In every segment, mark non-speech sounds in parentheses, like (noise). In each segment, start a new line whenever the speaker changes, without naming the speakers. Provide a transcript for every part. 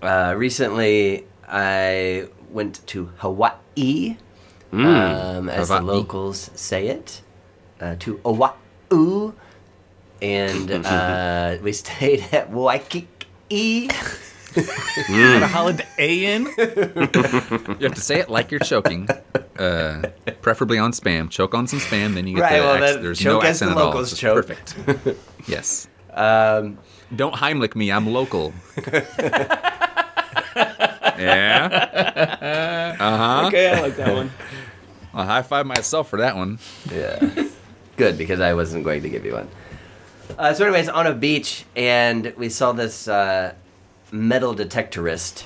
Uh, recently, I went to Hawaii, um, as the
Hawaii.
locals say it, uh, to Oahu, (laughs) and uh, we stayed at Waikiki.
Gotta holla the A in.
(laughs) You have to say it like you're choking, uh, preferably on spam. Choke on some spam, then you get
Right,
the
well,
accent.
that-
There's
choke
no
as
accent
the
at all.
locals
It's
choke.
Perfect.
(laughs)
yes. Um, Don't Heimlich me.
(laughs)
I'm local. yeah. Uh-huh.
Okay, I like that one.
I'll high five myself for that one.
Yeah. Good, because I wasn't going to give you one. Uh, so, anyways, on a beach, and we saw this uh, metal detectorist,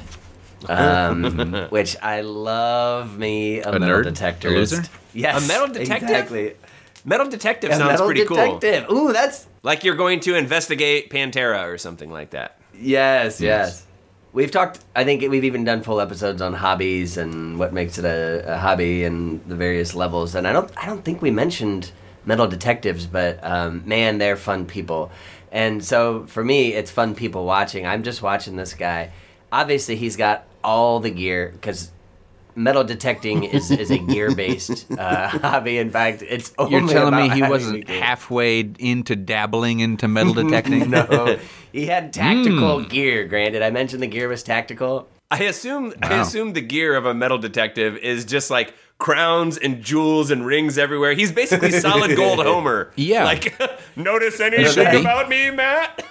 um, (laughs) which I love me a,
A
metal
nerd? A
detectorist.
loser?
Yes.
A metal detective?
Exactly.
(laughs) Metal detective
A
sounds
metal
pretty cool.
detective. Ooh, that's.
Like you're going to investigate Pantera or something like that.
Yes, yes,
Yes.
We've talked, I think we've even done full episodes on hobbies and what makes it a, a hobby and the various levels. And I don't, I don't think we mentioned metal detectives, but um, man, they're fun people. And so for me, it's fun people watching. I'm just watching this guy. Obviously, he's got all the gear because metal detecting is, is a gear based uh, (laughs) hobby. In fact, it's only
You're telling me
about
he
having
wasn't
the gear.
halfway into dabbling into
(laughs)
metal
(laughs)
detecting? (laughs)
No, he had tactical
Hmm.
gear. Granted, I mentioned the gear was tactical.
I assume I
Wow.
assume the gear of a metal detective is just like crowns and jewels and rings everywhere. He's basically solid gold Homer.
Yeah.
Like (laughs) notice
should be.
anything about me, Matt?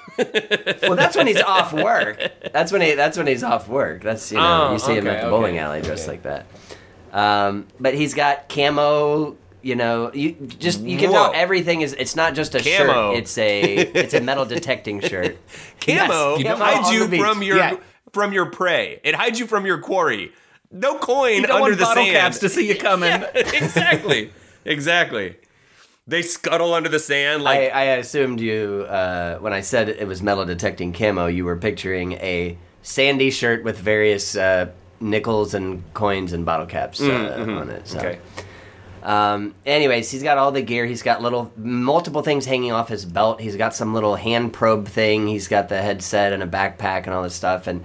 Well, that's when he's off work. That's when he. That's when he's off work. That's you know
Oh,
you see him
okay,
at the bowling
okay,
alley dressed
okay.
like that. Um, but he's got camo. You know, you just you can
Whoa.
tell everything is. It's not just a
Camo.
shirt. It's a it's a metal detecting
(laughs)
shirt.
Camo
Yes, camo
hides
on
you
the beach.
from your
Yeah.
from your prey. It hides you from your quarry. No coin
You don't
under
want
the
bottle
sand.
caps
(laughs)
to see you coming.
exactly. Exactly. They scuttle under the sand like
I, I assumed you uh, when I said it was metal detecting camo, you were picturing a sandy shirt with various uh, nickels and coins and bottle caps uh, on it. So.
Mm, mm-hmm. Okay.
Um, anyways, he's got all the gear. He's got little multiple things hanging off his belt. He's got some little hand probe thing. He's got the headset and a backpack and all this stuff. And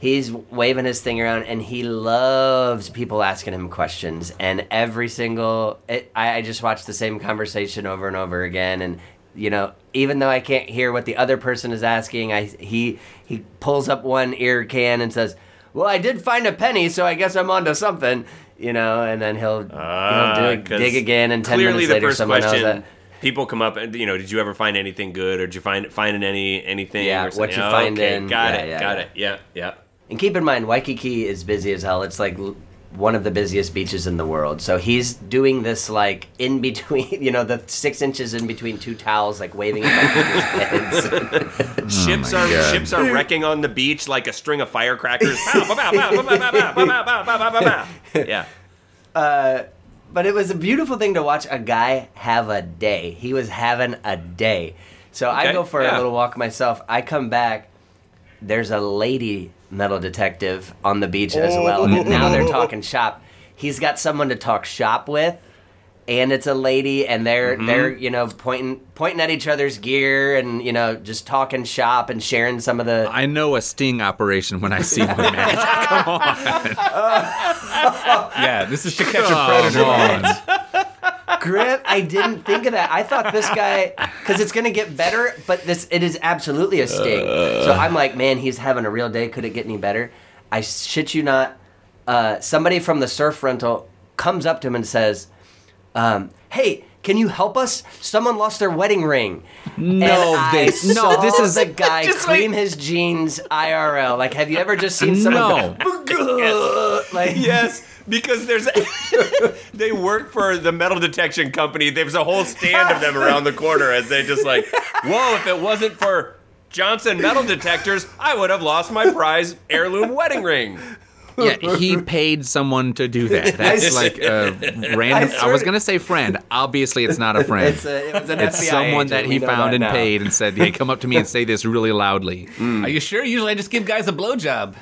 he's waving his thing around and he loves people asking him questions and every single it, I, I just watch the same conversation over and over again and you know even though i can't hear what the other person is asking i he he pulls up one ear can and says well i did find a penny so i guess i'm onto something you know and then he'll, he'll do,
Ah, 'cause
dig again and 10
clearly
minutes later
the first
someone
question,
else that,
People come up and you know, did you ever find anything good, or did you find find in any anything?
Yeah,
or
what
something?
you
Oh,
find
okay,
in-
Got
yeah,
it.
yeah,
got
yeah.
it. Yeah, yeah.
And keep in mind, Waikiki is busy as hell. It's like l- one of the busiest beaches in the world. So he's doing this like in between, (laughs) you know, the six inches in between two towels, like waving it back people's heads.
ships are
God.
ships are wrecking on the beach like a string of firecrackers. Pow, pow, pow, pow, pow, pow, pow, pow, pow, pow, pow, pow, pow, pow.
(laughs)
yeah.
But it was a beautiful thing to watch a guy have a day. He was having a day. So I
Okay,
go for a
yeah.
little walk myself. I come back. There's a lady metal detective on the beach as well, and now they're talking shop. He's got someone to talk shop with, and it's a lady, and they're
Mm-hmm.
they're you know pointing pointing at each other's gear, and you know just talking shop and sharing some of the.
I know a sting operation when I see one, (laughs) man. (laughs)
yeah, this is to catch a predator.
Come on.
grip. I didn't think of that. I thought this guy, because it's gonna get better, but this it is absolutely a sting. so I'm like, man, he's having a real day. Could it get any better? I shit you not. Uh, somebody from the surf rental comes up to him and says, um, "Hey." Can you help us? Someone lost their wedding ring.
No,
and I
this- no,
saw
this is- (laughs)
the guy clean his jeans IRL. Like, have you ever just seen someone? go,
(laughs)
like,
(laughs) Yes, because there's (laughs) they work for the metal detection company. There's a whole stand of them around the corner as they just like, whoa! If it wasn't for Johnson metal detectors, I would have lost my prize heirloom wedding ring.
yeah, he paid someone to do (laughs) that. That's like a random. I,
swear
was
to-
gonna say friend. Obviously, it's not a friend.
It's, a, it was an
It's
FBI
someone
agent.
that
We
he
know that
found and
now.
paid and said, "Hey, come up to me and say this really loudly."
Are you sure? Usually I just give guys a blowjob.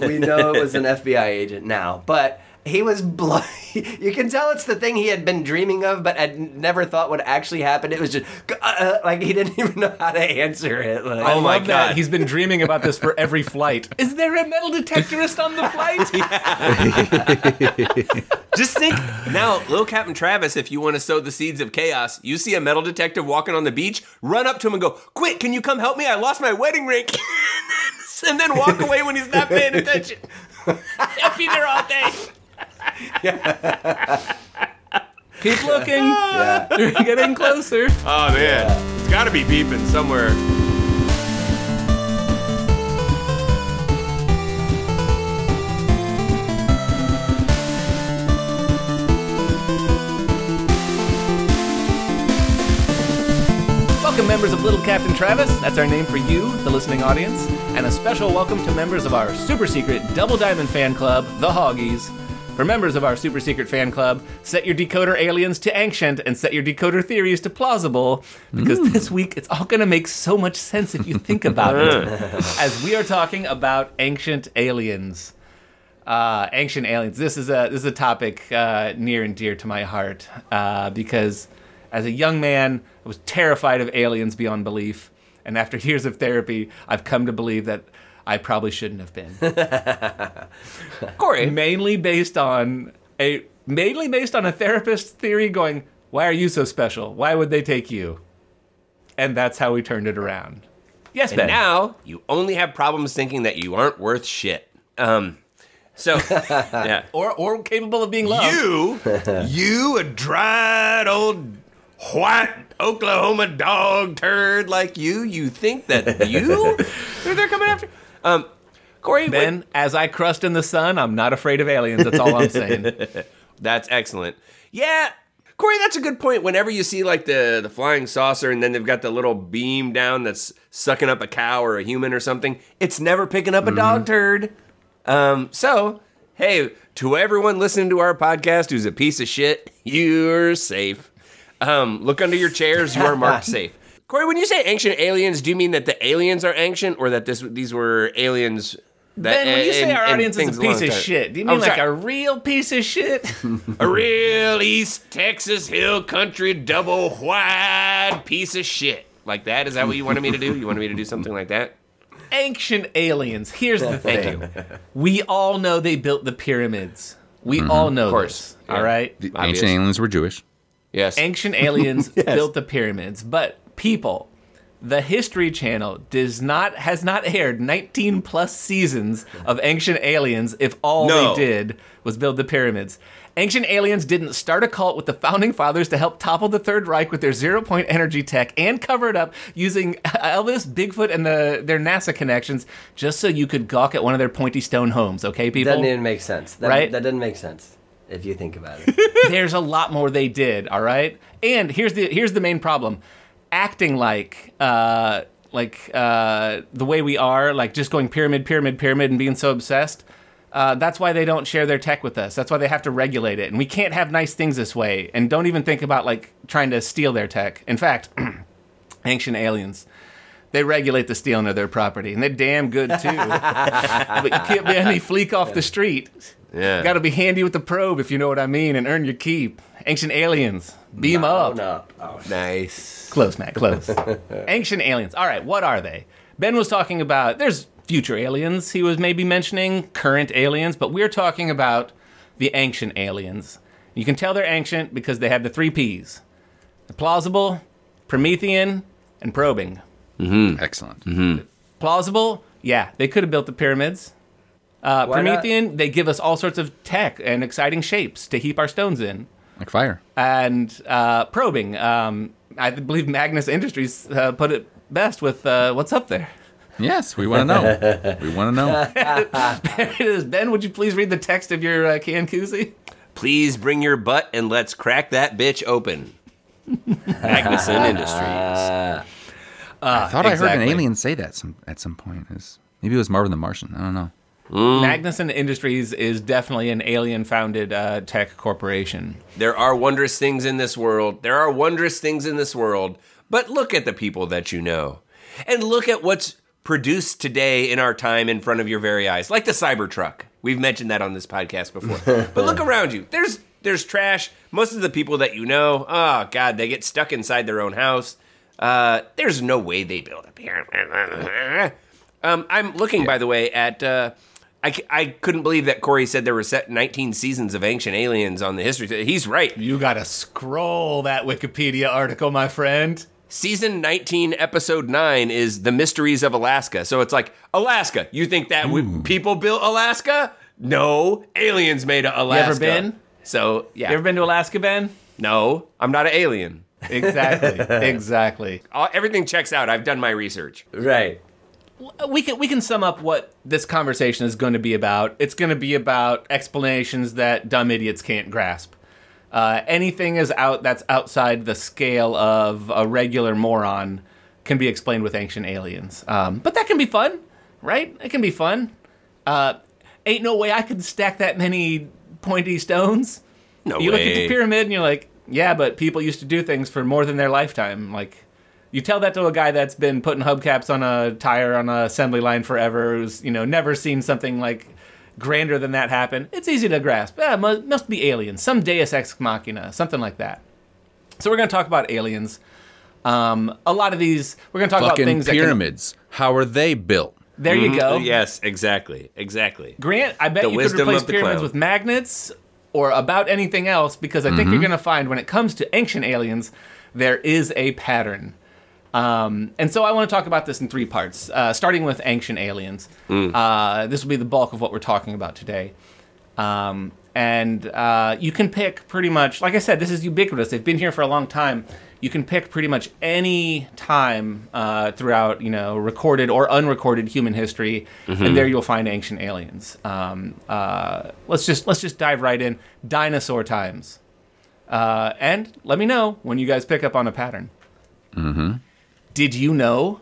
(laughs) we know it was an FBI agent now, but He was blown. (laughs) You can tell it's the thing he had been dreaming of, but had never thought would actually happen. It was just (laughs) uh, uh, like he didn't (laughs) even know how to answer it. Like,
I
Oh my
love that.
God.
He's been dreaming about this for every flight. (laughs) Is there a metal detectorist on the (laughs) flight?
Just think now, little Captain Travis, if you want to sow the seeds of chaos, you see a metal detective walking on the beach, run up to him and go, Quick, can you come help me? I lost my wedding ring. (laughs) and then walk away when he's not paying attention. (laughs) I'll be there all day.
Keep looking. (laughs) You're getting closer.
Oh, man. It's got to be beeping somewhere.
Welcome, members of Little Captain Travis. That's our name for you, the listening audience. And a special welcome to members of our super secret Double Diamond fan club, the Hoggies. For members of our super secret fan club, set your decoder aliens to ancient and set your decoder theories to plausible because this week it's all going to make so much sense if you think about it. (laughs) As we are talking about ancient aliens. Uh, ancient aliens. This is a this is a topic uh, near and dear to my heart uh, because as a young man, I was terrified of aliens beyond belief, and after (laughs) years of therapy, I've come to believe that I probably shouldn't have been. Corey, mainly based on a mainly based on a therapist theory going, "Why are you so special? Why would they take you?" And that's how we turned it around. Yes, Ben.
Now you only have problems thinking that you aren't worth shit. Um, so, (laughs) yeah.
or or capable of being loved.
You, you, a dried old white Oklahoma dog turd like you, you think that you, they're, they're coming after. Um, Corey, what-
Ben, as I crust in the sun, I'm not afraid of aliens.
(laughs)
That's all I'm saying.
that's excellent. Yeah, Corey, that's a good point. Whenever you see like the the flying saucer, and then they've got the little beam down that's sucking up a cow or a human or something, it's never picking up a
Mm-hmm.
dog turd. Um, so, hey, to everyone listening to our podcast who's a piece of shit, you're safe. Um, look under your chairs. You are
(laughs)
marked safe. Corey, when you say ancient aliens, do you mean that the aliens are ancient, or that this these were aliens? That,
Ben, when you say
and-
our
and
audience is
things
a
along
piece of
that-
shit, do you
I'm
mean like
sorry.
a real piece of shit?
(laughs) A real East Texas Hill Country double wide piece of shit. Like that? Is that what you wanted me to do? You wanted me to do something like that?
Ancient aliens. Here's the
Thank
thing. We all know they built the pyramids. We all know of
Mm-hmm. course.
this.
Yeah.
All right?
The
Obvious.
ancient aliens were Jewish.
Yes. (laughs)
Ancient aliens built the pyramids, but people, the History Channel does not has not aired 19 plus seasons of Ancient Aliens if all
No.
they did was build the pyramids. Ancient Aliens didn't start a cult with the founding fathers to help topple the Third Reich with their zero point energy tech and cover it up using (laughs) Elvis, Bigfoot, and the, their NASA connections just so you could gawk at one of their pointy stone homes, okay, people?
doesn't even make sense. That,
Right?
That doesn't make sense if you think about
(laughs)
it.
there's a lot more they did all right and here's the here's the main problem acting like uh like uh the way we are like just going pyramid pyramid pyramid and being so obsessed uh, that's why they don't share their tech with us. That's why they have to regulate it. And we can't have nice things this way. And don't even think about like trying to steal their tech. In fact, (clears throat) ancient aliens, they regulate the stealing of their property, and they're damn good too. (laughs) but you can't be any fleek off the street.
Yeah.
Got to be handy with the probe, if you know what I mean, and earn your keep. Ancient aliens, beam
oh
up.
no! Oh,
nice.
Close,
(laughs)
Matt, close. Ancient aliens. All right, what are they? Ben was talking about, there's future aliens he was maybe mentioning, current aliens, but we're talking about the ancient aliens. You can tell they're ancient because they have the three P's the plausible, Promethean, and probing.
Excellent.
Plausible, yeah, they could have built the pyramids. Uh,
Why not?
Promethean, they give us all sorts of tech and exciting shapes to heap our stones in
Like fire.
and uh, probing. Um, I believe Magnus Industries uh, put it best with uh, "What's up there." (laughs)
Yes, we want to (laughs) know. we want to know.
There it is. Ben, would you please read the text of your uh, can koozie?
Please bring your butt and let's crack that bitch open. Magnuson Industries.
I thought I heard an
exactly.
alien say that some at some point. It was- maybe it was Marvin the Martian. I don't know.
Mm. Magnuson Industries is definitely an alien-founded uh, tech corporation.
There are wondrous things in this world. There are wondrous things in this world. But look at the people that you know. And look at what's produced today in our time in front of your very eyes, like the Cybertruck. We've mentioned that on this podcast before. but look around you. There's there's trash. Most of the people that you know, oh god, they get stuck inside their own house. Uh, there's no way they build up here. um, I'm looking, by the way, at. Uh, I, c- I couldn't believe that Corey said there were set 19 seasons of Ancient Aliens on the history. He's right.
You gotta scroll that Wikipedia article, my friend.
Season 19, episode 9 is The Mysteries of Alaska. So it's like, Alaska. You think that would, people built Alaska? No. Aliens made Alaska.
been?
So, yeah.
You ever been to Alaska, Ben?
No, I'm not an alien.
(laughs) Exactly. exactly.
Uh, everything checks out. I've done my research.
Right.
we can we can sum up what this conversation is going to be about. It's going to be about explanations that dumb idiots can't grasp. Uh, anything is out that's outside the scale of a regular moron can be explained with ancient aliens. Um, but that can be fun, right? It can be fun. Uh, ain't no way I could stack that many pointy stones.
No
you look at
way.
the pyramid and you're like, yeah, but people used to do things for more than their lifetime. Like, you tell that to a guy that's been putting hubcaps on a tire on a assembly line forever, who's you know never seen something like grander than that happen. It's easy to grasp. Ah, mu- must be aliens, some Deus ex machina, something like that. So we're gonna talk about aliens. Um, a lot of these, we're gonna talk about
Fucking
things.
pyramids. How are they built?
That can, there you go.
Yes, exactly. Exactly.
Grant, I bet
The
you could
wisdom of
replace
the
pyramids
cloud.
with magnets or about anything else because I think
Mm-hmm.
you're going to find when it comes to ancient aliens, there is a pattern. Um, and so I want to talk about this in three parts, uh, starting with ancient aliens.
Mm.
Uh, this will be the bulk of what we're talking about today. Um, and uh, you can pick pretty much, like I said, this is ubiquitous. They've been here for a long time. You can pick pretty much any time uh, throughout, you know, recorded or unrecorded human history, and there you'll find ancient aliens. Um, uh, let's just let's just dive right in. Dinosaur times, uh, and let me know when you guys pick up on a pattern. Mm-hmm. Did you know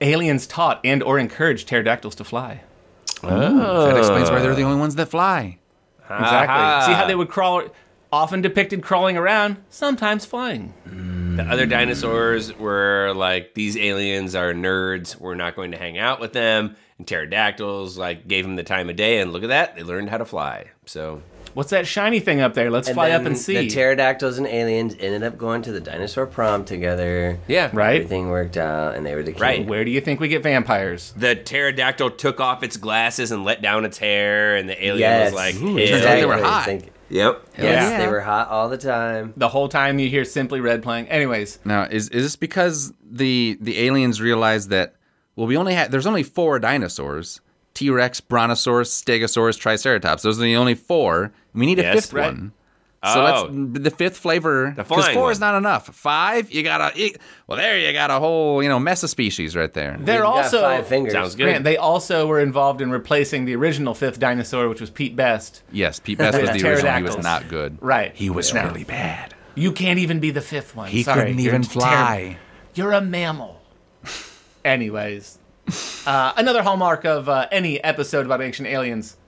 aliens taught and or encouraged pterodactyls to fly?
That explains why they're the only ones that fly.
Exactly.
Aha.
See how they would crawl, often depicted crawling around, sometimes flying.
The other dinosaurs were like, these aliens are nerds. We're not going to hang out with them. And pterodactyls like gave them the time of day. And look at that, they learned how to fly. So
What's that shiny thing up there? Let's fly up
then
and see.
The pterodactyls and aliens ended up going to the dinosaur prom together.
yeah,
right?
Everything worked out, and they were the king.
Right.
Where do you think we get vampires?
The pterodactyl took off its glasses and let down its hair, and the alien
Yes.
was like,
Turns
"Ew."
out
they were hot.
Thank-
"Yep."
Yes,
Yeah.
they were hot all the time.
The whole time you hear Simply Red playing. Anyways,
Now, is is this because the the aliens realized that well, we only had there's only four dinosaurs: T. Rex, Brontosaurus, Stegosaurus, Triceratops. Those are the only four. We need a
Yes,
fifth
right.
one. So
Oh.
let's the fifth flavor because
flying
four
one.
is not enough. Five, you got a well, there you got a whole you know mess of species right there.
they're
They've got
also
five fingers.
Sounds good.
Grant, they also were involved in replacing the original fifth dinosaur, which was Pete Best.
yes, Pete Best
(laughs)
was the original. He was
Pterodactyls.
not good.
Right.
He was
No.
really bad.
You can't even be the fifth one.
He
Sorry,
couldn't
you're
even
terrible.
fly.
You're a mammal. (laughs) Anyways, uh, another hallmark of uh, any episode about ancient aliens.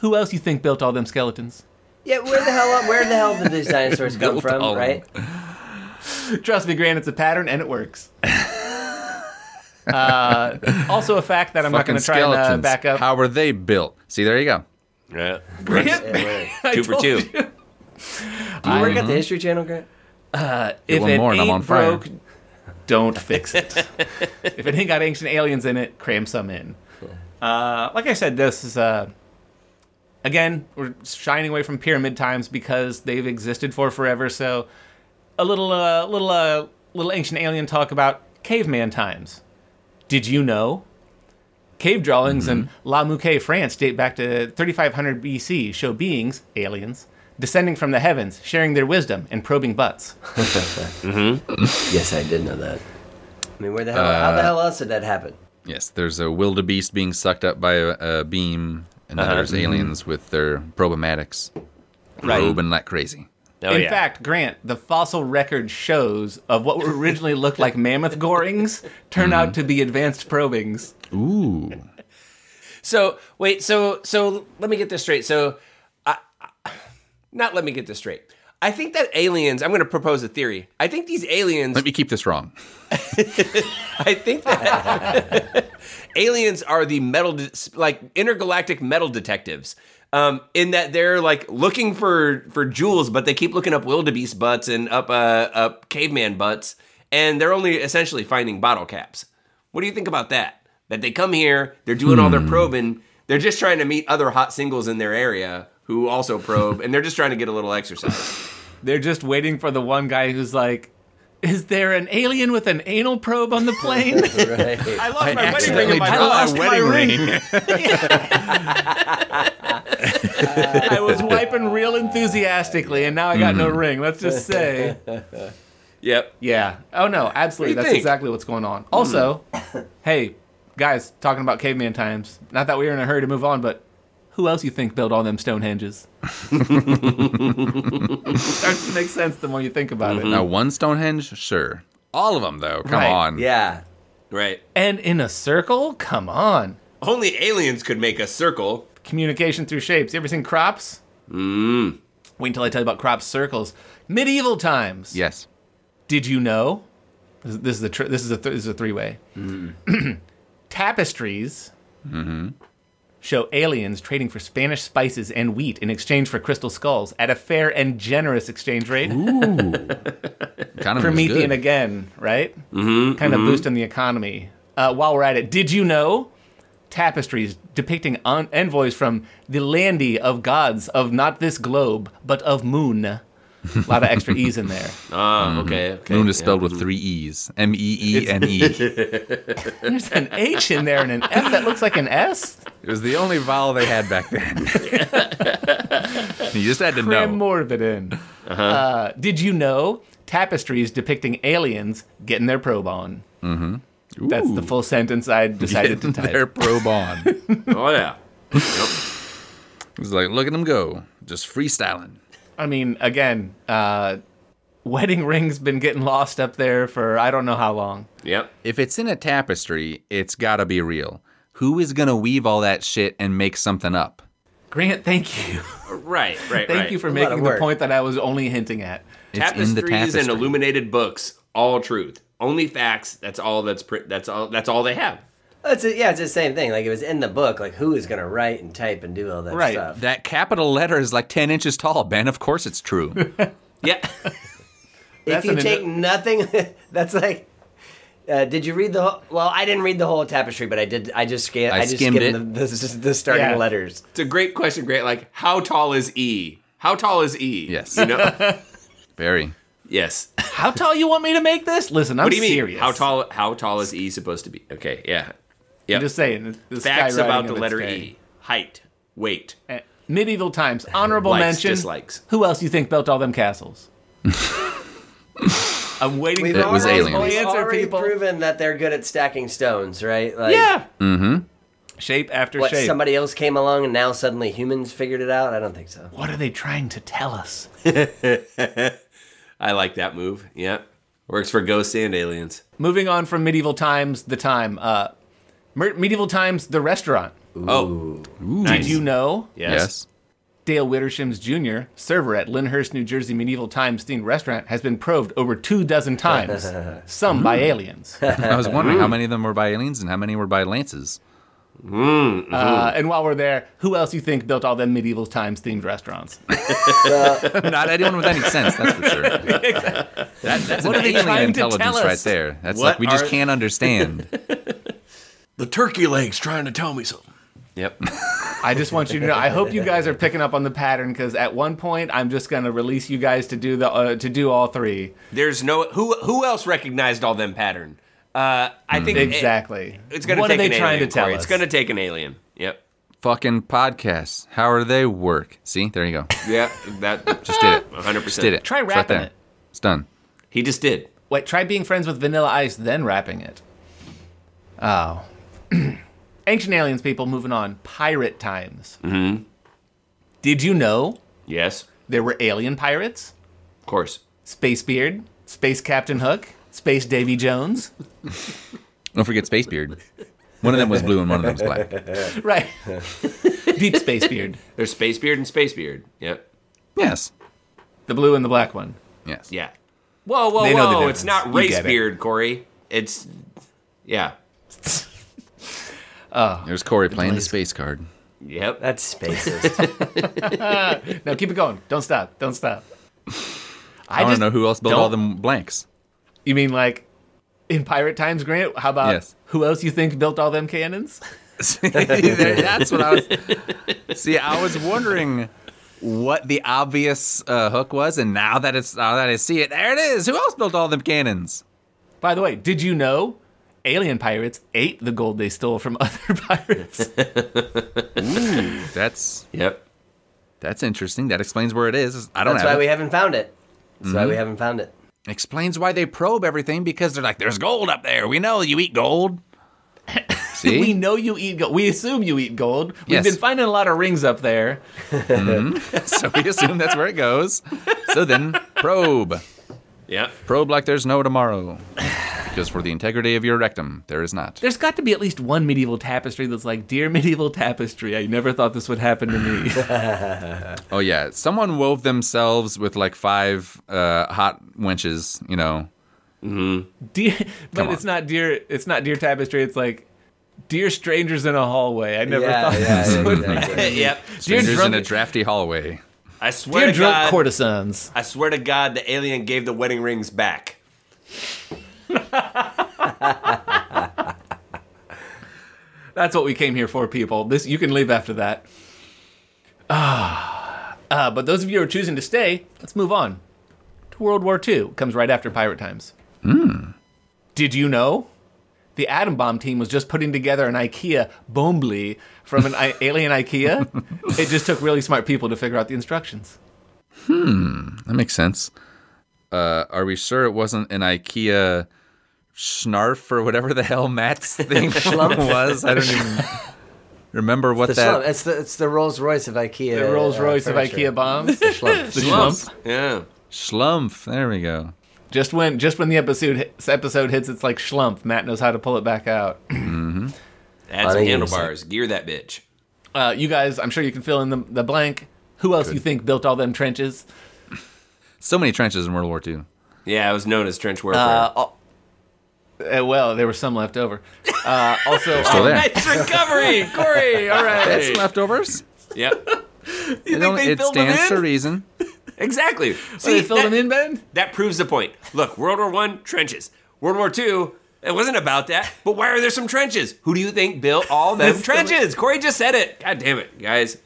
Who else you think built all them skeletons?
Yeah, where the hell? Where the hell did these dinosaurs come
Built
from?
all of
Right?
Trust me, Grant, it's a pattern and it works. uh, also, a fact that I'm not
Fucking
going to try
skeletons.
and uh, back up.
How were they built? See, there you go.
(laughs)
Yeah.
Grant,
It worked.
(laughs) I
Two for
told
two.
you.
Do you work
Hmm?
at the History Channel, Grant?
If
one
it
more and I'm
ain't
on fire.
broke, don't fix it. if it ain't got ancient aliens in it, cram some in. Uh, like I said, this is uh, again we're shining away from pyramid times because they've existed for forever. So a little, uh, little, uh, little ancient alien talk about caveman times. Did you know? Cave drawings in
Mm-hmm.
La Mouquet, France, date back to 3500 BC. Show beings, aliens, descending from the heavens, sharing their wisdom and probing butts.
Mm-hmm.
Yes, I did know that. I mean, where the hell? how
Uh,
the hell else did that happen? (laughs)
Yes, there's a wildebeest being sucked up by a, a beam, and then there's aliens with their probomatics,
Right.
probing like crazy.
Oh,
In
yeah.
fact, Grant, the fossil record shows of what were originally looked like mammoth gorings turn out
Mm-hmm.
to be advanced probings.
Ooh,
So (sighs) wait, so so let me get this straight. So, I, I- not let me get this straight. I think that aliens. I'm going to propose a theory. I think these aliens.
Let me keep this wrong.
I think that (laughs) aliens are the metal, de- like intergalactic metal detectives. Um, in that they're like looking for for jewels, but they keep looking up wildebeest butts and up uh, up caveman butts, and they're only essentially finding bottle caps. What do you think about that? That they come here, they're doing all their probing, they're just trying to meet other hot singles in their area who also probe, and they're just trying to get a little exercise.
They're just waiting for the one guy who's like, "Is there an alien with an anal probe on the
(laughs)
plane?"
Right.
I lost
I accidentally dropped my wedding ring. (laughs)
(laughs) I was wiping real enthusiastically, and now I got
Mm-hmm.
no ring. Let's just say,
Yep.
yeah. Oh no, absolutely.
What do you think?
That's
Hmm.
exactly what's going on. Also, hey, guys, talking about caveman times. Not that we were in a hurry to move on, but who else you think built all
(laughs)
them Stonehenges? Starts to make sense the more you think about
Mm-hmm.
it.
Now, one Stonehenge, sure. All of them, though. Come
Right.
on.
Yeah.
Right.
And in a circle, come on.
Only aliens could make a circle.
communication through shapes. You ever seen crops? Mm. Wait until I tell you about crop circles. Medieval times.
Yes.
Did you know? This, this is a tr- this is a th- this is a three way. Mm-hmm. (clears throat) Tapestries Mm-hmm. show aliens trading for Spanish spices and wheat in exchange for crystal skulls at a fair and generous exchange rate.
Economy was
Promethean
good.
again, right? Mm-hmm, kind of boosting the economy. Uh, while we're at it, did you know tapestries depicting on- envoys from the landy of gods of not this globe but of moon? A lot of extra e's in (laughs) there.
Ah, okay. okay.
Mm-hmm. Moon is spelled with three E's. M E E N E. It
There's an H in there and an F that looks like an
(laughs)
S.
was the only vowel they had back then. you just had to know.
Cram more of it in.
Uh-huh.
Uh, did you know tapestries depicting aliens getting their probe on? That's the full
(laughs)
sentence I decided to
(laughs) Getting
type.
their probe on. it
Oh yeah.
was like, look at them go. Just freestyling.
I mean, again, uh, wedding rings been getting lost up there for I don't know how long.
Yep.
If it's in a tapestry, it's gotta be real. Who is gonna weave all that shit and make something up?
Grant, thank you, (laughs)
Right. Right.
thank
right.
you for
lot of
making the
work.
point that I was only hinting at.
It's
tapestries
in the tapestry.
and illuminated books. All truth. Only facts. That's all. That's pr- that's all. That's all they have.
That's it. yeah, it's the same thing. Like it was in the book. Like who is gonna write and type and do all that
Right.
stuff?
that capital letter is like 10 inches tall, Ben. Of course it's true.
(laughs)
Yeah.
if
That's
you
an
take
indi-
nothing, (laughs) that's like. Uh, did you read the whole? Well, I didn't read the whole tapestry, but I did. I just scanned.
I
I, just
skimmed
skimmed
it.
The, the, the starting
Yeah.
letters.
(laughs) It's a great question, Grant. Like, how tall is E? How tall is E?
Yes.
You
(laughs)
know.
Very.
yes.
How tall you want me to make this? Listen, I'm
What do you mean?
serious.
How tall? How tall is E supposed to be? Okay. Yeah. Yeah.
I'm just saying. The
facts
skywriting
about
of
the
its
letter
day.
E. Height. Weight.
Eh, Medieval times. Honorable
Likes,
mention.
dislikes.
Who else you think built all
(laughs)
them castles? I'm waiting
We've
for
It was
already,
aliens.
we've
The answer,
already
people.
proven that they're good at stacking stones, right? Like,
Yeah. Mm-hmm.
shape after
What?
shape.
Somebody else came along, and now suddenly humans figured it out. I don't think so.
What are they trying to tell us?
I like that move. Yeah. Works for ghosts and aliens.
Moving on from medieval times, the time. Uh, mer- medieval times, the restaurant.
Oh.
Did you know
Yes.
Dale Wittershims Jr., server at Lyndhurst, New Jersey Medieval Times themed restaurant, has been probed over two
(laughs)
dozen times, some
Hmm.
by aliens.
I was wondering how many of them were by aliens and how many were by
(laughs)
lances.
Uh, and while we're there, who else you think built all them medieval times themed restaurants?
Not anyone with any sense, that's for sure. That- that's
What
an
are they
alien
trying to tell
intelligence right
us?
there. That's
What
like we just
are-
can't
(laughs)
understand.
The turkey leg's trying to tell me something.
Yep.
I just want you to know. I hope you guys are picking up on the pattern because at one point I'm just gonna release you guys to do the uh, to do all three
There's no who who else recognized all them pattern. Uh, I think it-
exactly.
it's gonna
Hmm. what
take
are they
an
trying
alien,
to tell
Corey.
us?
It's gonna take an alien. Yep.
Fucking podcasts. How are they work? See, there you go.
Yeah. That
Just did it.
100.
Just
percent
did it.
Try
It's
wrapping
there.
it.
It's done.
He just did.
Wait, try being friends with Vanilla Ice, then wrapping it. Oh. (clears throat) Ancient aliens people moving on. Pirate times. Mm-hmm. Did you know
Yes.
there were alien pirates?
Of course.
Space Beard, Space Captain Hook, Space Davy Jones.
Don't forget Space Beard. One of them was blue and one of them was (laughs) black.
Right. (laughs) Deep Space Beard.
There's Spacebeard and Spacebeard. Yep.
Yes.
The blue and the black one.
Yes.
Yeah. Whoa, whoa,
They know the
whoa!
difference.
It's not
You get
race
it.
beard, Corey. It's yeah.
There's Corey playing the space card.
Yep.
That's spacist.
No, keep it going. Don't stop. Don't stop.
I, don't
just
know who else built
don't-
all them (laughs) blanks.
You mean like in pirate times, Grant? How about
Yes.
who else you think built all them cannons?
That's what I was. (laughs) See, I was wondering what the obvious uh, hook was, and now that it's now that I see it, there it is. Who else built all them cannons?
By the way, did you know alien pirates ate the gold they stole from (laughs) other pirates?
That's
Yep.
that's interesting. That explains where it is. I
(laughs)
don't
That's
have
why we
it.
haven't found it. That's why we haven't found it.
explains why they probe everything because they're like, "There's gold up there. We know you eat (laughs) gold." See,
we know you eat gold. We assume you eat gold. We've
Yes.
been finding a lot of rings up there.
(laughs) so we assume that's where it goes. So then probe.
(laughs)
Yep.
Probe like there's no tomorrow. Because for the integrity of your rectum, there is not.
There's got to be at least one medieval tapestry that's like, dear medieval tapestry, I never thought this would happen
(laughs)
to me.
Oh yeah, someone wove themselves with like five uh, hot wenches, you know.
dear, (laughs) but
Come on.
it's not dear. It's not dear tapestry. It's like dear strangers in a hallway. I never
yeah,
(laughs) thought.
yeah, exactly.
yep.
Dear
Strangers in
drunk,
a drafty hallway.
I swear
dear
to
drunk
God.
courtesans.
I swear to God, the alien gave the wedding rings back.
That's what we came here for, people. This you can leave after that. Ah, uh, but those of you who are choosing to stay, let's move on to World War II. Comes right after Pirate Times.
Hmm.
Did you know? The atom bomb team was just putting together an IKEA bombly from an I- (laughs) alien IKEA. It just took really smart people to figure out the instructions.
That makes sense. Uh, are we sure it wasn't an IKEA snarf or whatever the
(laughs)
hell Matt's thing was? I don't even remember what
The slump.
that.
It's the it's the Rolls Royce of IKEA.
The Rolls
uh,
Royce of
furniture.
IKEA bombs.
The slump.
Slump.
Yeah.
Schlumpf. There we go.
Just when just when the episode hits, episode hits, it's like schlump. Matt knows how to pull it back out.
Add some
think it
handlebars. Gear that bitch.
Uh, you guys, I'm sure you can fill in the, the blank. Who else you think built all them trenches?
So many trenches in World War II.
Yeah, I was known as trench warfare.
Uh, well, there were some left over. (laughs) Uh, also,
Still
um,
there.
Oh, nice recovery, Corey. All right.
That's (laughs) leftovers.
Yep.
It, only-
they
it
filled them
stands to
in?
reason.
Exactly.
so
See,
they filled
that,
them in, Ben.
that proves the point. Look, World War One trenches. World War Two. It wasn't about that. But why are there some trenches? Who do you think built all them trenches? Corey just said it. God damn it, guys.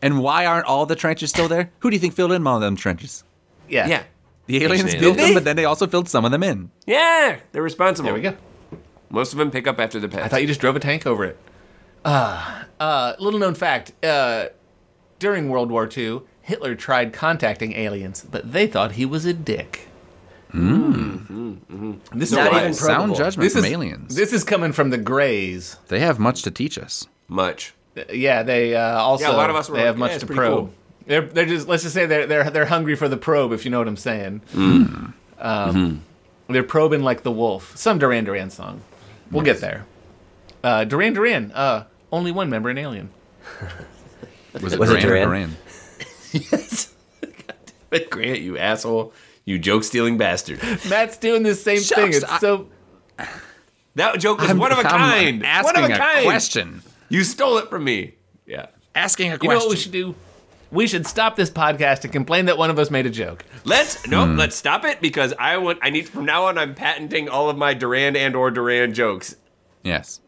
And why aren't all the trenches still there? Who do you think filled in all them trenches?
Yeah.
Yeah.
The aliens
man.
built
Did
them,
they?
but then they also filled some of them in.
Yeah. They're responsible.
There we go.
Most of them pick up after the pets.
I thought you just drove a tank over it. Uh, uh, little known fact uh, during World War II, Hitler tried contacting aliens, but they thought he was a dick. This,
Not
is
even
why-
Sound
probable.
judgment
this,
from
is,
aliens.
this is coming from the Greys.
they have much to teach us.
Much.
Yeah, they uh, also
Yeah, a lot of us were
they
like,
have
"Yeah,
much
it's
to
pretty
probe.
cool."
They're, they're just let's just say they're they're they're hungry for the probe if you know what I'm saying. Um, They're probing like the wolf. Some Duran Duran song. We'll get there. Uh, Duran Duran, uh, only one member in Alien.
Was it
Was it
Duran or
Duran?
Duran?
Grant, you asshole. You joke stealing bastard.
Matt's doing the same
Shucks,
thing. It's
I-
so
That joke was one of a kind.
Asking
one of a, kind.
question.
You stole it from me. Yeah.
Asking a
you
question.
know what we should do? We should stop this podcast and complain that one of us made a joke.
Let's no, let's stop it because I want I need from now on I'm patenting all of my Duran and or Duran jokes.
yes.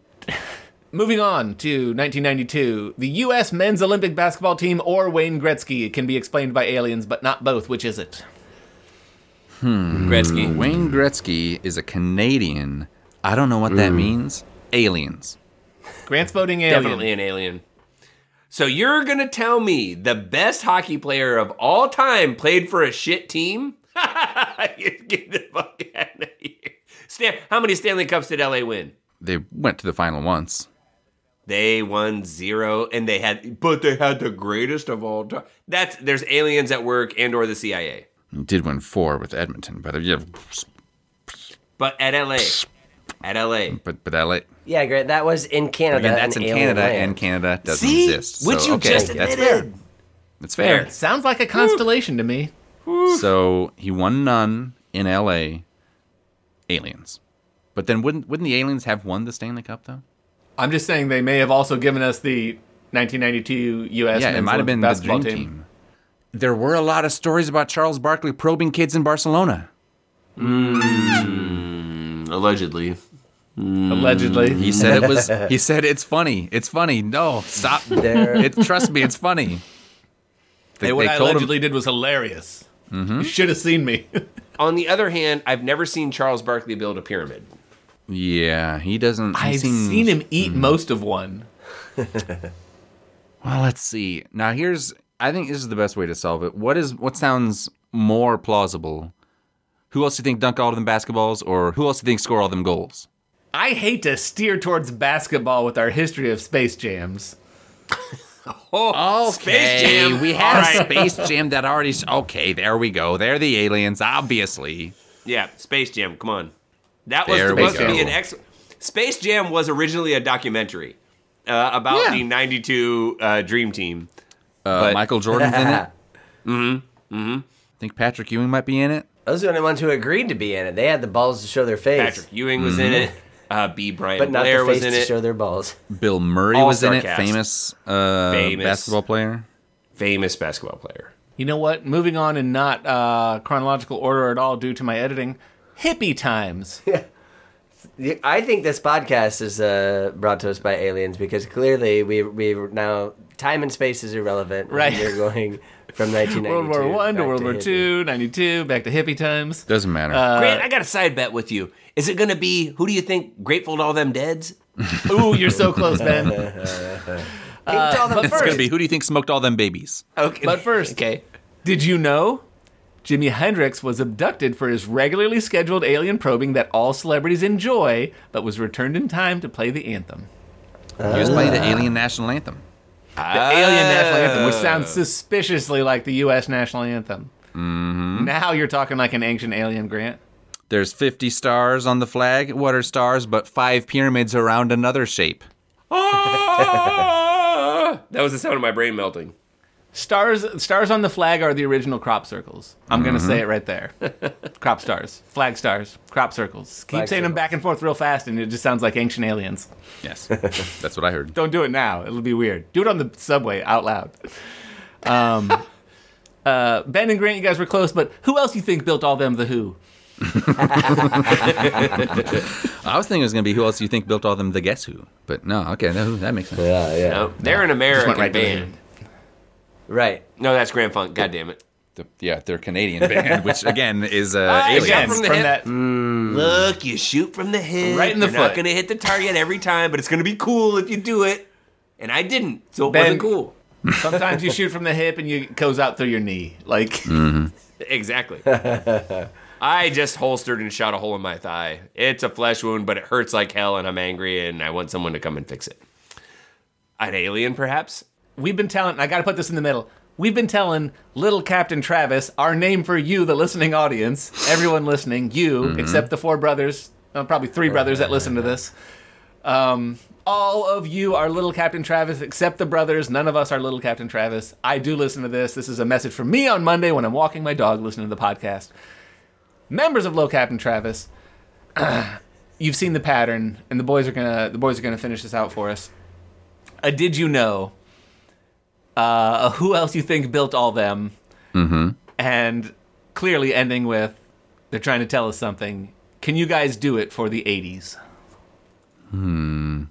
Moving on to 1992, the U.S. men's Olympic basketball team or Wayne Gretzky can be explained by aliens, but not both. Which is it?
Gretzky.
Wayne Gretzky is a Canadian. I don't know what that means. Aliens.
Grant's voting alien.
Definitely an alien. So you're gonna tell me the best hockey player of all time played for a shit team? (laughs) Get the fuck out of here. Stan, how many Stanley Cups did LA win?
They went to the final once.
They won zero, and they had, but they had the greatest of all time. That's there's aliens at work and or the CIA,
Did win four with Edmonton, but uh, yeah,
but at LA, at LA.
but but LA.
Yeah, great. That was in Canada.
Again, that's
an
in
alien
Canada,
land.
and Canada doesn't
See,
exist.
which
so,
you
okay,
just
that's
admitted.
fair. It's fair.
Fair.
Sounds like a constellation to me.
So he won none in L.A. Aliens, but then wouldn't wouldn't the aliens have won the Stanley Cup though?
I'm just saying they may have also given us the 1992 U.S.
yeah, it
men's
might have been the
basketball
dream team. There were a lot of stories about Charles Barkley probing kids in Barcelona.
Allegedly.
allegedly.
He said it (laughs) was. He said it's funny. It's funny. No, stop. It, trust me, it's funny. They,
Hey, what
they
I
told him- Mm-hmm.
allegedly did was hilarious. You should have
(laughs)
seen me.
On the other hand, I've never seen Charles Barkley build a pyramid.
Yeah, he doesn't. he
I've
seems-
seen him
Mm-hmm.
eat most of one.
Well, Uh, let's see. Now here's. I think this is the best way to solve it. What is what sounds more plausible? Who else do you think dunk all of them basketballs, or who else do you think score all them goals?
I hate to steer towards basketball with our history of space jams.
Oh,
Space Jam.
We had
All
a
right.
Space Jam that already. Okay, there we go. They're the aliens, obviously.
Yeah, Space Jam. Come on, that was
There
supposed
we
to be
go.
an ex. Space Jam was originally a documentary uh, about
Yeah.
the '92 uh, Dream Team.
Uh,
But-
Michael Jordan's in it. (laughs) I think Patrick Ewing might be in it.
Those are the only ones who agreed to be in it. They had the balls to show their face,
Patrick Ewing was in it. Uh, B. Brian
but not
Blair
the face
was in
to
it.
show their balls.
Bill Murray was in
All-star
it.
cast.
Famous, uh,
Famous.
basketball player.
Famous basketball player.
You know what? Moving on in not uh, chronological order at all due to my editing.
(laughs)
Hippie times.
The- I think this podcast is uh, brought to us by aliens because clearly we we now time and space is irrelevant. when
Right.
you're going from 1992
(laughs) World War One to
back
World War
history.
Two, ninety two, back to hippie times.
Doesn't matter.
Grant, I got a side bet with you. Is it going to be who do you think grateful to all them deads?
Ooh, you're so close,
(laughs)
Ben.
Pink Doll the
Uh, but
first.
Could be. Who do you think smoked all them babies?
Okay,
But first,
okay.
Did you know? Jimi Hendrix was abducted for his regularly scheduled alien probing that all celebrities enjoy, but was returned in time to play the anthem.
He was playing the alien national anthem.
The alien national anthem, which
Ah.
sounds suspiciously like the U.S. national anthem.
Mm-hmm.
Now you're talking like an ancient alien, Grant.
There's 50 stars on the flag. What are stars but five pyramids around another shape?
Ah! that was the sound of my brain melting.
Stars stars on the flag are the original crop circles. I'm gonna
Mm-hmm.
say it
(laughs)
right there. crop stars, flag stars, crop circles. Keep
Flag
saying them
circles.
back and forth real fast, and it just sounds like ancient aliens.
(laughs) Yes, that's what I heard.
Don't do it now; it'll be weird. Do it on the subway out loud. Um, (laughs) uh, ben and Grant, you guys were close, but who else you think built all them? The Who?
I was thinking it was going to be who else do you think built all them? The Guess Who. But no, okay, that, that makes sense.
Yeah, yeah.
No, they're an American
went right to the
band.
Right.
No, that's Grand Funk. God damn it.
The- yeah, they're Canadian band, (laughs) which again is uh,
Ah,
aliens.
exactly. Shot
Again,
from
from,
the hip. Mm.
that.
Look, you shoot from the hip.
Right in the
You're not
foot.
gonna hit the target every time, but it's gonna be cool if you do it. And I didn't, so it
Ben-
wasn't cool.
Sometimes you shoot from the hip, and you it goes out through your knee. Like
(laughs)
(laughs)
Exactly. I just holstered and shot a hole in my thigh. It's a flesh wound, but it hurts like hell, and I'm angry, and I want someone to come and fix it. An alien, perhaps?
we've been telling. I got to put this in the middle. We've been telling little Captain Travis our name for you, the listening audience, everyone listening, you, except the four brothers, uh, probably three brothers that listen to this. Um, all of you are little Captain Travis, except the brothers. None of us are little Captain Travis. I do listen to this. This is a message from me on Monday when I'm walking my dog, listening to the podcast. Members of Low Captain Travis, (clears throat) you've seen the pattern, and the boys are gonna the boys are gonna finish this out for us. A did you know? uh, who else you think built all them, and clearly ending with they're trying to tell us something. Can you guys do it for the 80s?
Who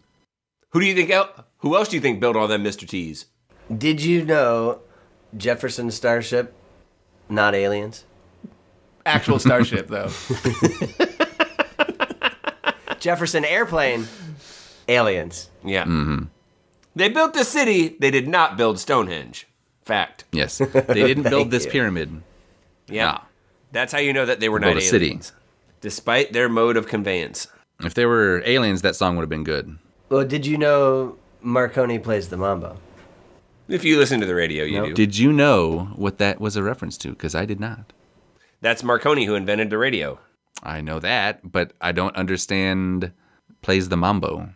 do you think? El- who else do you think built all them Mr. T's?
Did you know Jefferson Starship, not aliens?
Actual Starship, though.
Jefferson Airplane, aliens.
Yeah.
Mm-hmm.
They built the city. They did not build Stonehenge. Fact.
Yes, they didn't build this
you.
pyramid.
Yeah.
Nah.
That's how you know that they were
Built
not
a
aliens.
city.
Despite their mode of conveyance.
If they were aliens, that song would have been good.
Well, did you know Marconi plays the mambo?
If you listen to the radio, you do.
Did you know what that was a reference to? Because I did not.
That's Marconi who invented the radio.
I know that, but I don't understand. Plays the mambo.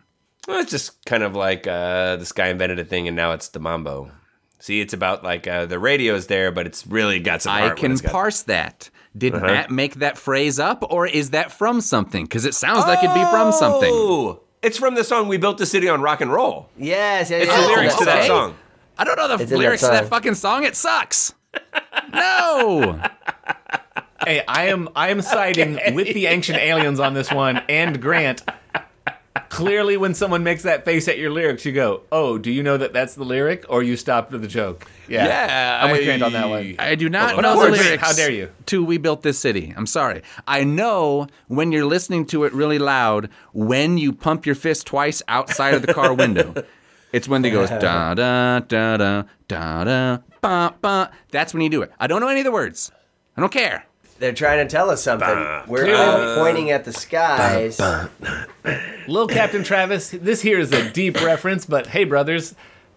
Well, it's just kind of like uh, this guy invented a thing and now it's the mambo. See, it's about like uh, the radio's there, but it's really got some.
I
heart when
can
it's got-
parse that. Did Matt make that phrase up, or is that from something? Because it sounds like it'd be from something.
Oh, it's from the song "We Built the City on Rock and Roll."
Yes, yeah,
It's
yeah,
the lyrics to that
okay.
song.
I don't know the
It's in that
lyrics to that
song.
fucking song. It sucks. no.
Hey, I am I am siding with the ancient aliens on this one and Grant. Clearly, when someone makes that face at your lyrics, you go, "Oh, do you know that that's the lyric?" Or you stopped with the joke. Yeah,
Yeah,
I'm with Grant on
I-
that one.
I do not
Of
know the
course.
lyrics.
How dare you.
To "We Built This City." I'm sorry. I know when you're listening to it really loud when you pump your fist twice outside of the car window. It's when they goes da da da da da da ba ba. That's when you do it. I don't know any of the words. I don't care.
They're trying to tell us something. We're all pointing at the skies.
Little Captain Travis, this here is a deep reference, but hey, brothers,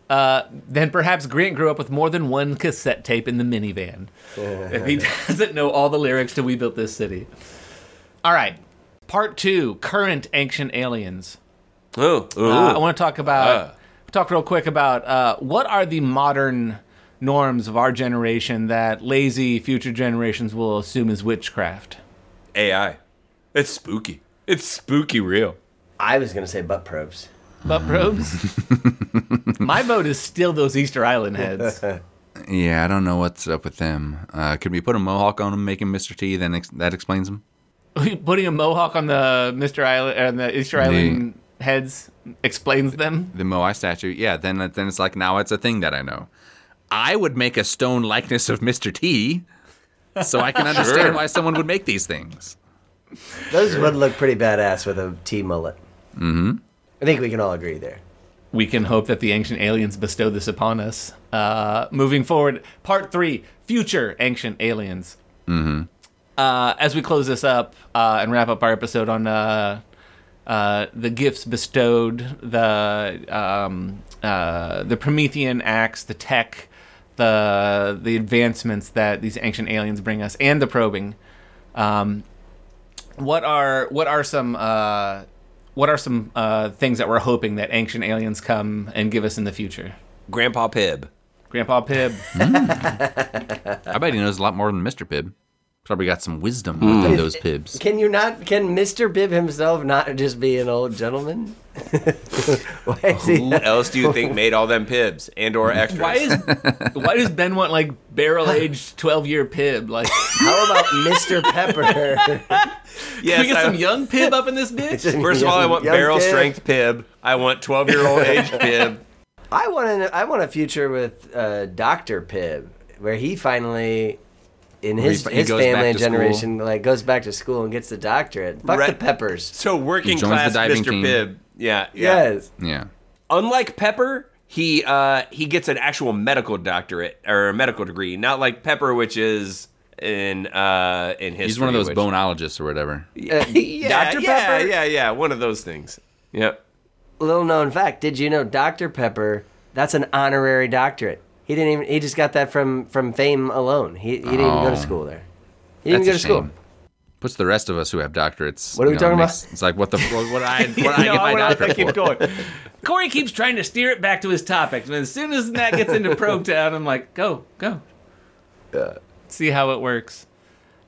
uh, then perhaps Grant grew up with more than one cassette tape in the minivan. If he (laughs) doesn't know all the lyrics to We Built This City. All right, part two current ancient aliens.
Oh, Ooh, ooh.
Uh, I want to talk about talk real quick about uh, what are the modern norms of our generation that lazy future generations will assume is witchcraft.
AI. It's spooky. It's spooky real.
I was gonna say butt probes.
Butt probes. My vote is still those Easter Island heads.
Yeah, I don't know what's up with them. Uh, could we put a mohawk on him, make him Mr. T? Then ex- that explains him.
(laughs) Putting a mohawk on the Mr. Island on the Easter Island heads explains them.
the Moai statue. Yeah, then then it's like now it's a thing that I know. I would make a stone likeness of Mr. T,
(laughs)
so I can understand why someone would make these things.
Those would look pretty badass with a T mullet. Mm-hmm. I think we can all agree there.
We can hope that the ancient aliens bestow this upon us. Uh, moving forward, part three: future ancient aliens. Uh, as we close this up uh, and wrap up our episode on uh, uh, the gifts bestowed, the um, uh, the Promethean acts, the tech, the the advancements that these ancient aliens bring us, and the probing. Um, what are what are some uh, what are some uh, things that we're hoping that ancient aliens come and give us in the future?
Grandpa Pibb.
Grandpa
(laughs)
Pibb,
I bet he knows a lot more than Mr. Pibb. Probably got some wisdom
Hmm.
within those pibs.
Can you not? Can Mister Bibb himself not just be an old gentleman? (laughs) Why is he-
(laughs)
Who else do you think made all them Pibbs and or extras?
why is why does Ben want like barrel aged twelve year Pib like?
(laughs) How about Mr. Pepper?
yes,
we get
I-
some young pib up in this bitch?
(laughs) First of all, I want
Young
barrel
kid.
strength Pibb. I want 12 year
(laughs)
old aged Pibb.
I want an, I want a future with uh, Doctor Pibb, where he finally, in his
he
his
goes back
family and
to school.
generation, like goes back to school and gets the doctorate. Fuck the
Right.
Peppers.
So working
He joins the
class
diving
Mr.
team.
Pibb. Yeah, yeah.
Yes.
Yeah.
Unlike Pepper, he uh, he gets an actual medical doctorate or a medical degree, not like Pepper, which is in uh, in history.
He's one of those
which-
bonologists or whatever.
Uh,
(laughs) Yeah,
Dr.
yeah,
Pepper.
Yeah, yeah, one of those things. Yep.
Little known fact: Did you know Doctor Pepper? That's an honorary doctorate. He didn't even. He just got that from from fame alone. He, he didn't even go
Oh.
to school there. He didn't
That's
go
a
to school.
shame. Puts the rest of us who have doctorates.
What are we
you
talking about?
It's like what the what, what I (laughs) what I
No,
get my
we're not
doctorate
gonna
for.
keep going. Corey keeps trying to steer it back to his topics, and as soon as Nat gets into probe town, I'm like, go, go. See how it works.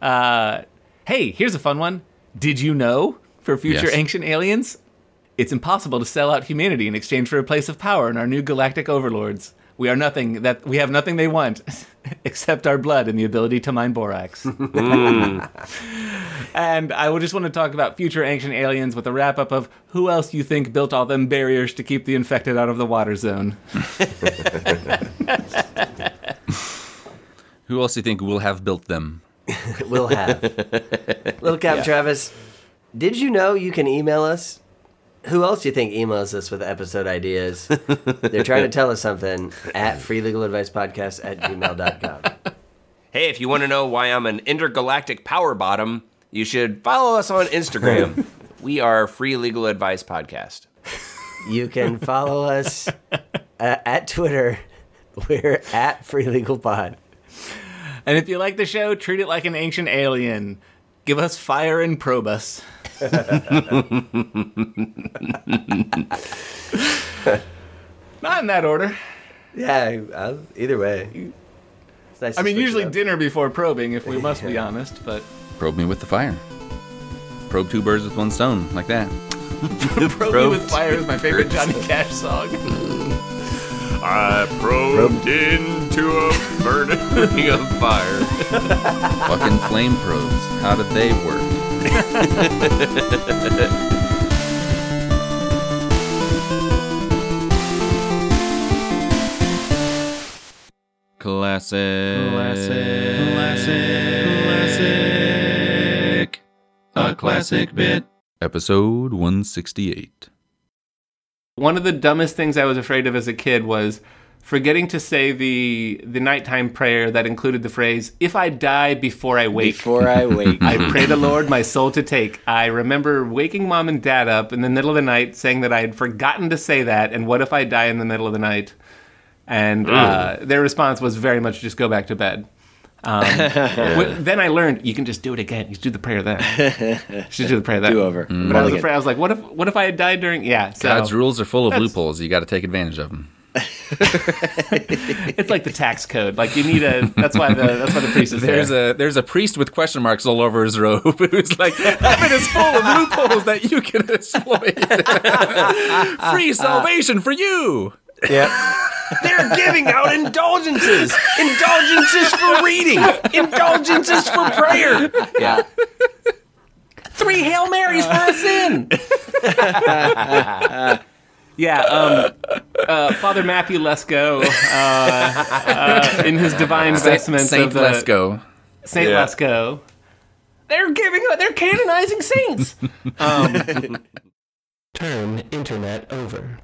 Uh, hey, here's a fun one. Did you know for future
Yes.
ancient aliens? It's impossible to sell out humanity in exchange for a place of power in our new galactic overlords. We are nothing that we have nothing they want (laughs) except our blood and the ability to mine borax. And I would just want to talk about future ancient aliens with a wrap up of who else you think built all them barriers to keep the infected out of the water zone.
Who else do you think will have built them?
We'll
(laughs)
have. Little Cap Travis, did you know you can email us? Who else do you think emails us with episode ideas? They're trying to tell us
(laughs)
something at freelegaladvicepodcast at gmail.com.
Hey, if you want to know why I'm an intergalactic power bottom, you should follow us on
(laughs)
Instagram. we are Free Legal Advice Podcast.
You can follow us uh, at Twitter. We're at freelegalpod.
And if you like the show, treat it like an ancient alien. Give us fire and probe
(laughs)
us. Not in that order.
Yeah, I, either way. It's nice
I
to
mean,
switch it
usually
up.
dinner before probing, if we must be
(laughs)
honest, but
Probe me with the fire. Probe two birds with one stone, like that.
Probe Me with Fire is my favorite Johnny Cash song.
I probed into
(laughs)
a burning of fire.
Fucking flame probes. How did they work? (laughs) Classic. Classic. A classic bit. Episode 168.
One of the dumbest things I was afraid of as a kid was forgetting to say the the nighttime prayer that included the phrase "If I die before I wake."
Before I (laughs) wake.
I pray the Lord my
(laughs)
soul to take. I remember waking mom and dad up in the middle of the night saying that I had forgotten to say that, and what if I die in the middle of the night? And uh, their response was very much just go back to bed.
(laughs)
Um, wh- then I learned you can just do it again. You just do the
(laughs)
prayer then. You just do the prayer then.
do over.
But I
Roll
was
again.
afraid. I was like, what if what if I had died during? Yeah. So
God's rules are full of loopholes. You got to take advantage of them.
it's like the tax code. Like you need a. That's why the that's why the priest is
There's
there.
a Uh, there's a priest with question marks all over his robe (laughs) who's like heaven is full of
(laughs)
loopholes that you can exploit. (laughs) Free salvation for you.
They're giving out indulgences. Indulgences for reading. Indulgences for prayer. Yeah.
three hail marys for a sin. yeah, um, uh, Father Matthew Lesko, uh, uh, in his divine vestments
Saint
of the
Lesko.
Saint
Yeah.
Lesko, they're giving they're canonizing saints.
Turn internet over.